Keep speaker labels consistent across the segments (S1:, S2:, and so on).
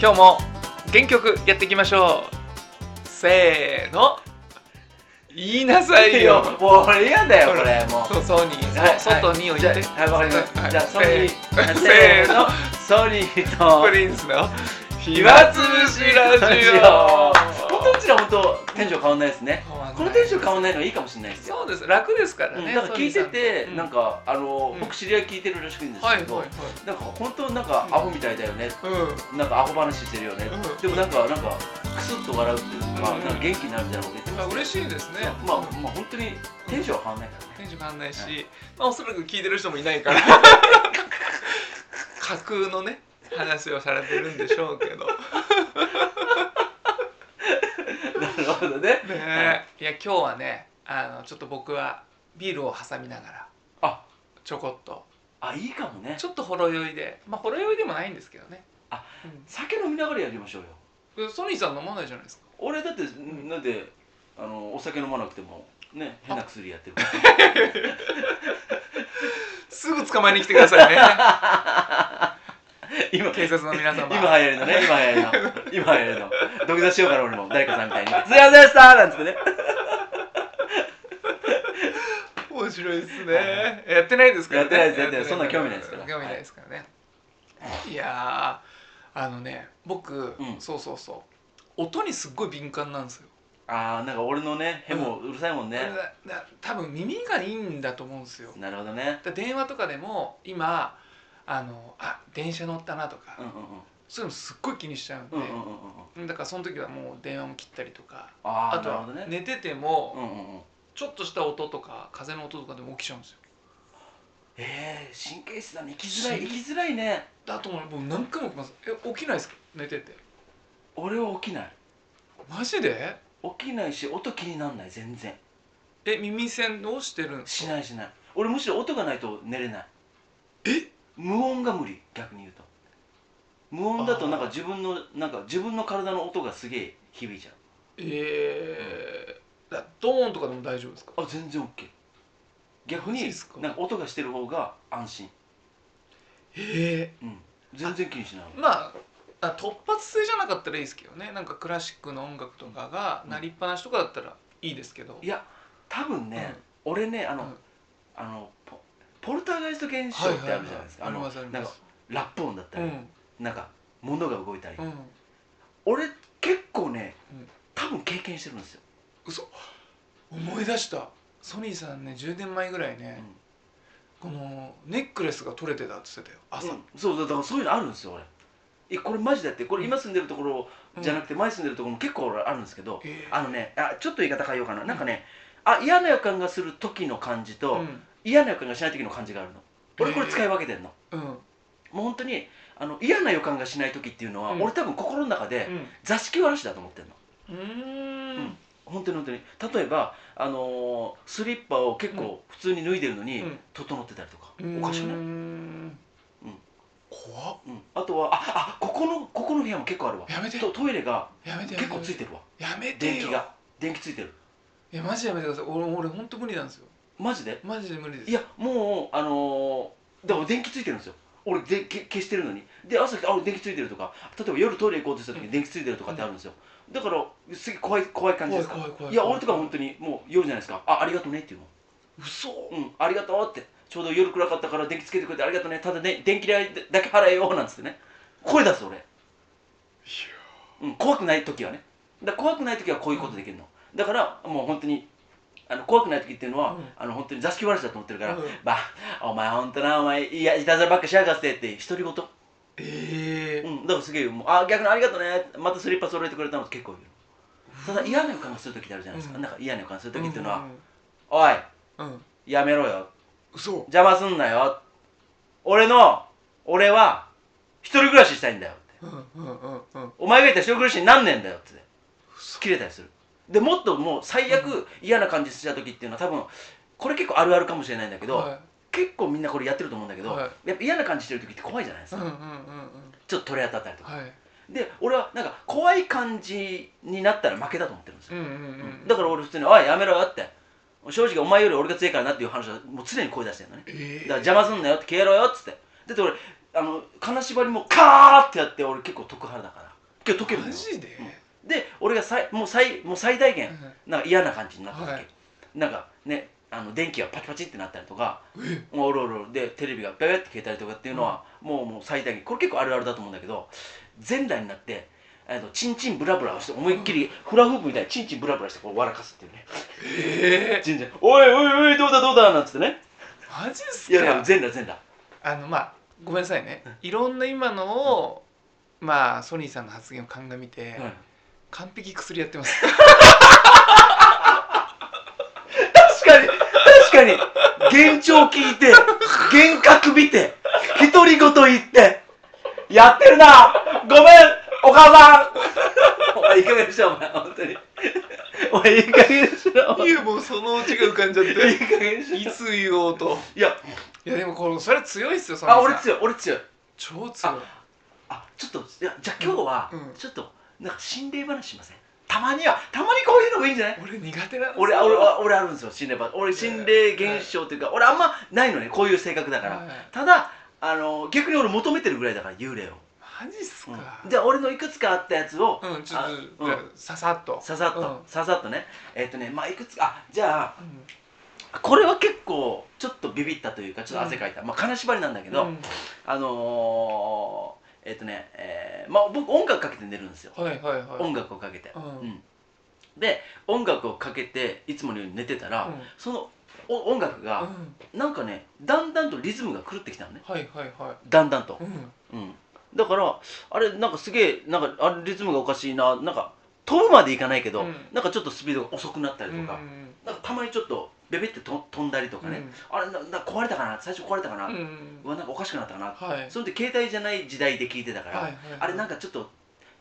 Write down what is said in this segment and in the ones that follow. S1: 今日も原曲やっていきましょうせーの言いなさいよ
S2: もう俺嫌だよこれもう
S1: そうソニ
S2: は
S1: ー
S2: い
S1: そ外にを言って
S2: じゃはいわかりましたじゃあソニ
S1: はい
S2: ー
S1: せ
S2: せ
S1: ー
S2: ー
S1: の
S2: のソニーと
S1: プリンスの暇つぶしラジオ
S2: 僕たちら本当テンション変わんないですねこのテンション変わんないのがいいかもしれないですよ
S1: そうです楽ですから
S2: うん
S1: ね、
S2: なんか聞いてて
S1: うん
S2: なんかあの
S1: うん
S2: 僕知り合い聞いてるらしいんです
S1: はい
S2: け
S1: はいは
S2: ど
S1: い
S2: なんか本当なんかアホみたいだよね
S1: う
S2: なんかアホ話してるよね
S1: うん
S2: でもなんかなんかクスッと笑うっていうか
S1: う
S2: なんんか元気になるみたいなこと言って
S1: ん、
S2: ま
S1: まあ
S2: す
S1: 嬉しいですね
S2: まあまあ本当にテンションは変わんないからね
S1: テンション変わんないし、
S2: は
S1: まあおそらく聞いてる人もいないから 架空のね話をされてるんでしょうけど
S2: なるほどね。
S1: ねえいや今日はねあのちょっと僕はビールを挟みながら
S2: あ
S1: ちょこっと
S2: あ、いいかもね。
S1: ちょっとほろ酔いでまあほろ酔いでもないんですけどね
S2: あ、酒飲みながらやりましょうよ。
S1: うん、ソニーさん飲まないじゃないですか
S2: 俺だって、なんで、あの、お酒飲まなくても、ね、変な薬やってるか
S1: すぐ捕まえに来てくださいね
S2: ら。今、
S1: 警察の皆様
S2: 今流行りのね、今流行りの。今流行りの。土下座しようかな、俺も。誰かさんみたいに。すいませんでしたなんつってね。
S1: 面白いです
S2: は
S1: ねやってないですからね
S2: やってないですやってないそんな興味ないですから
S1: 興味ないですからね、い、やーあのね僕、
S2: うん
S1: そうそうそう音にすっごい敏感なんですよ、
S2: あー、なんか俺のね、ヘもうるさいもんね。
S1: なな多分耳がいいんだと思うんですよ
S2: なるほどね。
S1: だ電話とかでも今あのあ電車乗ったなとか、
S2: うんうん
S1: そういうのすっごい気にしちゃうんで、
S2: うん。うんうんうんうんうん。
S1: だからその時はもう電話も切ったりとか
S2: あ
S1: あ
S2: ー、
S1: と
S2: なる
S1: は
S2: ほどね。
S1: 寝てても、
S2: うんうんうん。
S1: ちょっとした音とか風の音とかでも起きちゃうんですよ
S2: えー、神経質だね。生きづらい、生きづらいね。
S1: だともう僕何回も起きますえ起きないですか寝てて
S2: 俺は起きない。
S1: マジで
S2: 起きないし音気になんない全然
S1: え耳栓をしてるんです
S2: し
S1: か
S2: ないしない俺むしろ音がないと寝れない
S1: え
S2: 無音が無理逆に言うと無音だとなんか
S1: あー
S2: 自分のなんか自分の体の音がすげえ響いちゃ
S1: えー、だドーンとかでも大丈夫ですか
S2: うあ全然 OK 逆
S1: マジ
S2: に
S1: っすか
S2: なんか音がしてる方が安心
S1: え
S2: うん全然気にしない
S1: えまああ突発性じゃなかったらいいですけどねなんかクラシックの音楽とかが
S2: うん
S1: 鳴りっぱなしとかだったらいいですけど、
S2: いや多分ね、俺ねあの、
S1: うん
S2: あのポポルターガイスト現象ってあるじゃないですか、
S1: あります
S2: あ
S1: あり
S2: のなん
S1: ま
S2: か
S1: す
S2: ラップ音だった
S1: う
S2: り、
S1: ん
S2: なんか物が動いたり、
S1: うん
S2: 俺結構ね、
S1: うん
S2: 多分経験してるんですよ
S1: 嘘思い出したソニーさんね10年前ぐらいね、このネックレスが取れてたって言ってたよ朝、
S2: うんそうだからそういうのあるんですよ俺えこれマジだってこれ今住んでるところじゃな
S1: て、
S2: くて前住んでるところも結構俺あるんですけど、
S1: えー
S2: あのねあちょっと言い方変えようかななんかね、あ嫌な予感がする時の感じと、
S1: うん
S2: 嫌な予感がしない時の感じがあるの俺これ使い分けてんの、
S1: うん
S2: もう本当にあの嫌な予感がしない時っていうのは、
S1: うん
S2: 俺多分心の中で座敷わらしだと思ってんの
S1: うんうーん
S2: 本当に本当に例えば、あのースリッパを結構普通に脱いでるのに、
S1: うん
S2: 整ってたりとか、
S1: うーん
S2: おかしくない
S1: 怖っ
S2: うん、あとはああここのここの部屋も結構あるわ
S1: やめて
S2: とトイレが
S1: やめてやめ
S2: 結構ついてるわ
S1: やめてよ
S2: 電気が電気ついてる
S1: いやマジやめてください俺俺本当無理なんですよ
S2: マジで
S1: マジで無理です
S2: いやもうあのー、でも電気ついてるんですよ俺でけ消してるのにで朝あ俺電気ついてるとか例えば夜トイレ行こうとした時
S1: う
S2: に
S1: ん
S2: 電気ついてるとかってあるんですよ、だからすげえ怖い怖い感じ
S1: 怖い
S2: ですか
S1: 怖い怖い
S2: いや俺とか本当にもう夜じゃないですかあありがとうねっていうの
S1: 嘘
S2: うんありがとうってちょうど夜暗かったから電気つけてくれてありがとうねただね電気代だけ払えよなんつってね声出す俺うん、怖くない時はねだから怖くない時はこういうことできるの、だからもう本当にあの怖くない時っていうのは、
S1: うん
S2: あの本当に座敷わらしだと思ってるから「
S1: うん
S2: ばあお前本当なお前いやいたずらばっかしやがって」って独り言、
S1: ええ
S2: うん、だからすげえもうあ逆にありがとうねまたスリッパ揃えてくれたの結構言うただ嫌な予感がする時ってあるじゃないですか、
S1: うん
S2: なんか嫌な予感する時っていうのは「おい
S1: うんうん
S2: やめろよ
S1: 嘘
S2: 邪魔すんなよ俺の俺は一人暮らししたいんだよ」って
S1: うんうんうんうん
S2: お前がいたら一人暮らしになんねえんだよ」って
S1: 嘘
S2: 切れたりするでもっともう最悪嫌な感じした時っていうのは多分これ結構あるあるかもしれないんだけど、
S1: は
S2: 結構みんなこれやってると思うんだけど、
S1: は
S2: やっぱ嫌な感じしてる時って怖いじゃないで
S1: い
S2: す
S1: うん
S2: か、
S1: うんうんうん
S2: ちょっと取り当たったりとか、
S1: はい
S2: で俺はなんか怖い感じになったら負けだと思ってるんです
S1: う
S2: よ、
S1: んうんうん
S2: だから俺普通に「おいやめろよ」って正直お前より俺が強いからなっていう話はもう常に声出してるのね
S1: ええ
S2: だから邪魔すんなよって消えろよっつってだって俺あの金縛りもカーってやって俺結構得派だから今日解けるの
S1: マ
S2: よ
S1: ジで、
S2: で俺がさいもう最もう最大限
S1: うん
S2: なんか嫌な感じになったわけ、
S1: はい
S2: なんかねあの電気がパチパチってなったりとか
S1: え
S2: もうおるおるおるでテレビがペペって消えたりとかっていうのは、もうもう最大限これ結構あるあるだと思うんだけど全裸になってえっとチンチンブラブラをして思いっきりフラフープみたいにチンチンブラブラしてこう笑かすっていうね
S1: え
S2: 全然「おいおいおいどうだどうだ」なんつってね
S1: マジっす
S2: いやいや
S1: か
S2: 全裸全裸
S1: あのまあごめんなさいねいろんな今のをまあソニーさんの発言を鑑みて、
S2: うん
S1: 完璧薬やってます
S2: 確かに確かに幻聴聞いて幻覚見て独り言言ってやってるなごめんお母さんお前いい加減にしろお前本当にお前いい加減にしろお前
S1: いやもうそのうちが浮かんじゃっ
S2: いい 加減にしろ
S1: いつ言おうと
S2: いや
S1: いやでもこれそれは強いっすよソニー
S2: あ
S1: さん
S2: 俺強い俺強い
S1: 超強い
S2: あちょっといやじゃあ今日は
S1: うん
S2: ちょっとなんか心霊話しませんたまにはたまにこういうのもいいんじゃない
S1: 俺苦手なんですよ
S2: 俺俺俺あるんですよ心霊話俺心霊現象というか俺あんまないのねこういう性格だから
S1: はい
S2: ただあの逆に俺求めてるぐらいだから幽霊を、
S1: マジっすか、
S2: うんじゃあ俺のいくつかあったやつを、
S1: うんちょっ
S2: あ
S1: と、
S2: うん
S1: じゃあささっと
S2: ささっと、
S1: う
S2: ささっとねえっ、とねまあいくつかあじゃ
S1: んうん
S2: あこれは結構ちょっとビビったというかちょっと汗かいた、まあ金縛りなんだけど、
S1: うん
S2: あのー、えっ、とね、えーまあ僕音楽かけて寝るんですよ、
S1: はいはいはい
S2: 音楽をかけて、
S1: うん
S2: うんで音楽をかけていつものように寝てたら、
S1: うん
S2: そのお音楽が、
S1: うん
S2: なんかねだんだんとリズムが狂ってきたのね
S1: はいはいは
S2: だんだんと
S1: い、うん
S2: うん、だからあれなんかすげえなんかあれリズムがおかしいななんか飛ぶまでいかないけ
S1: う
S2: ど、
S1: ん
S2: なんかちょっとスピードが遅くなったりとか,、
S1: うん
S2: なんかたまにちょっとベベってと飛んだりとかね、あれななんか壊れたかな最初壊れたかな、
S1: う
S2: うん
S1: うんうん
S2: わなんかおかしくなったかな、
S1: はいはい
S2: それで携帯じゃない時代で聞いてたから、
S1: はいはい
S2: あれなんかちょっと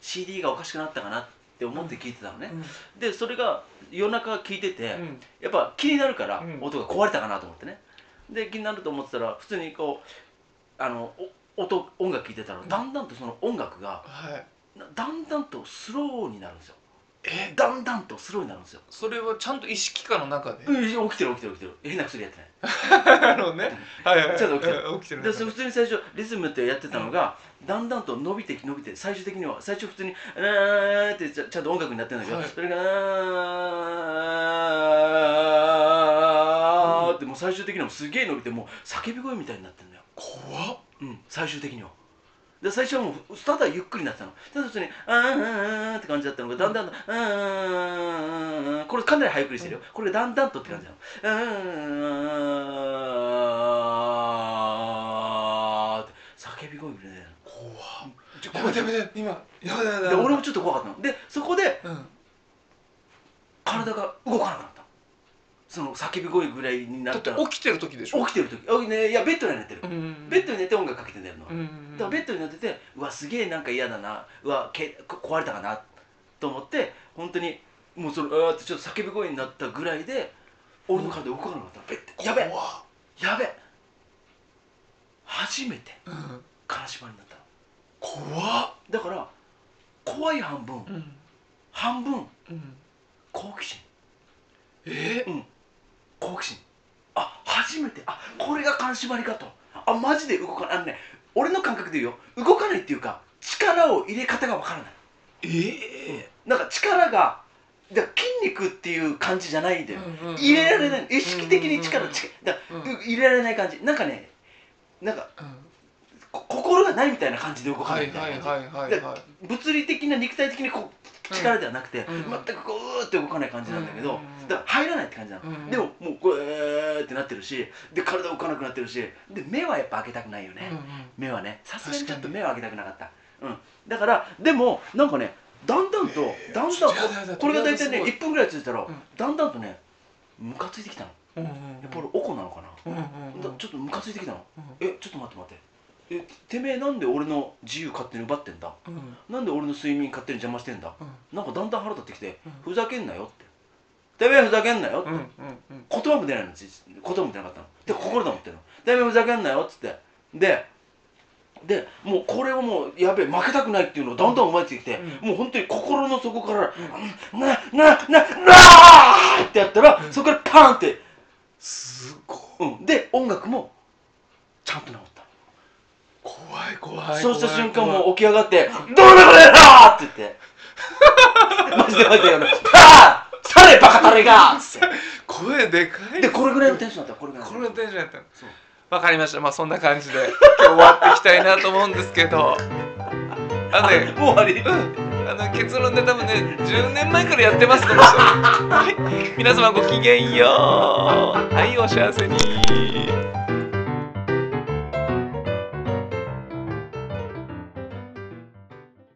S2: CD がおかしくなったかなって思って聞いてたのね、
S1: うん
S2: でそれが夜中聞いてて、
S1: うん
S2: やっぱ気になるから、
S1: うん
S2: 音が壊れたかなと思ってねで気になると思ってたら普通にこうあのお音音楽聴いてたら、
S1: うん
S2: だんだんとその音楽が
S1: はい
S2: なだんだんとスローになるんですよ
S1: え
S2: だんだんとスローになるんですよ、
S1: それはちゃんと意識下の中 で、
S2: うん、起きてる起きてる起きてる変な薬やってな
S1: なるほどねはいはいはい
S2: ちょっと起きてる
S1: うん起きてる
S2: いでそれ普通に最初リズムってやってたのが、だんだんと伸びてき伸びて最終的には最初普通に「あー」ってちゃちゃんと音楽になってるんだけど、
S1: はい
S2: それが「あー」ってもう最終的にはすげえ伸びてもう叫び声みたいになってるのよ
S1: 怖っ
S2: うん、最終的には。で最初はもうただゆっくりになってたの。ただ普通に「あーんあーんあーん」って感じだったのがだんだんと「あーんあーんあーん」これかなり早送りしてるよ。これだんだんとって感じなの。「あーんあーんあーんあーん」って叫び声みたいな
S1: 怖っ
S2: ちょ
S1: やめてやめて今やめてやめて
S2: で俺もちょっと怖かったの。でそこで
S1: うん
S2: 体が動かなくなったの。その叫び声ぐらいにな
S1: だ
S2: っ
S1: って
S2: たら起
S1: 起きてる時でしょ
S2: きてる時あねいやベッドで寝てる。
S1: うん
S2: ベッドに寝て音楽かけて寝るの。
S1: うん
S2: だからベッドになっててうわすげえなんか嫌だなうわけこ壊れたかなと思って本当にもうそのうわーってちょっと叫び声になったぐらいで俺の体動かなかったペッてやべえ
S1: 怖っ
S2: やべえ初めて
S1: うん
S2: 金縛りになったの
S1: 怖っ
S2: だから怖い半分
S1: うん
S2: 半分
S1: うん
S2: 好奇心
S1: え
S2: 好奇心あ初めてあこれが金縛りかとあマジで動かないあのね俺の感覚で言うよ動かないっていうか力を入れ方がわからない
S1: え
S2: なんか力がだから筋肉っていう感じじゃないんだよ、入れられない意識的に力ちだから
S1: うん
S2: 入れられない感じなんかねなんかこ心がないみたいな感じで動か
S1: は
S2: ない
S1: い
S2: みた
S1: はいい
S2: な感じ、
S1: はいはいはい
S2: 物理的な肉体的にこう
S1: うん
S2: 力ではなくて、
S1: ん
S2: 全くこうーって動かない感じなんだけど、
S1: うん
S2: だから入らないって感じなの、
S1: うん
S2: でももうこうえーってなってるしで体動かなくなってるしで目はやっぱ開けたくないよね、
S1: うんうん
S2: 目はねさすがにち
S1: 確
S2: ょっ
S1: か
S2: と
S1: に
S2: 目は開けたくなかったうんだからでもなんかねだんだんと、
S1: えー
S2: だん
S1: ちょ
S2: だ
S1: っとやだや
S2: ん
S1: だ
S2: これが大体ね
S1: とりあえずすごい
S2: 1分ぐらい続いたら、
S1: ん
S2: だんだんとねムカついてきたの
S1: うんうん
S2: やっぱ俺おこなのかな、
S1: うんうんうん
S2: だちょっとムカついてきたの、
S1: うん
S2: えちょっと待って待ってえてめえなんで俺の自由勝手に奪ってんだ
S1: うん
S2: なんで俺の睡眠勝手に邪魔してんだ
S1: うん
S2: なんかだんだん腹立ってきて、
S1: うん
S2: ふざけんなよっててめえふざけんなよって、
S1: うんうん
S2: 言葉も出ないの実言葉も出なかったので心で思ってるの「てめえふざけんなよ」っつってででもうこれをもうやべえ負けたくないっていうのをだんだん思えてきて、
S1: う
S2: もう本当に心の底から「
S1: う
S2: ななななーってやったら、
S1: うん
S2: そこからパーンって、
S1: すごい
S2: うん、で音楽もちゃんと治った
S1: 怖い怖い
S2: そうした瞬間
S1: 怖い
S2: もう起き上がって「どうだこれだ!」って 言ってマジでマジでやる「はぁされバカタレが!」っつって
S1: 怖い声でかい
S2: でこれぐらいのテンションだったこれぐらいの
S1: これテンションやったの
S2: そう
S1: わかりましたまあそんな感じで今日終わっていきたいなと思うんですけどあのね
S2: もう終わり
S1: うんあの結論で多分ね10年前からやってますこの人はい皆様ごきげんようはいお幸せに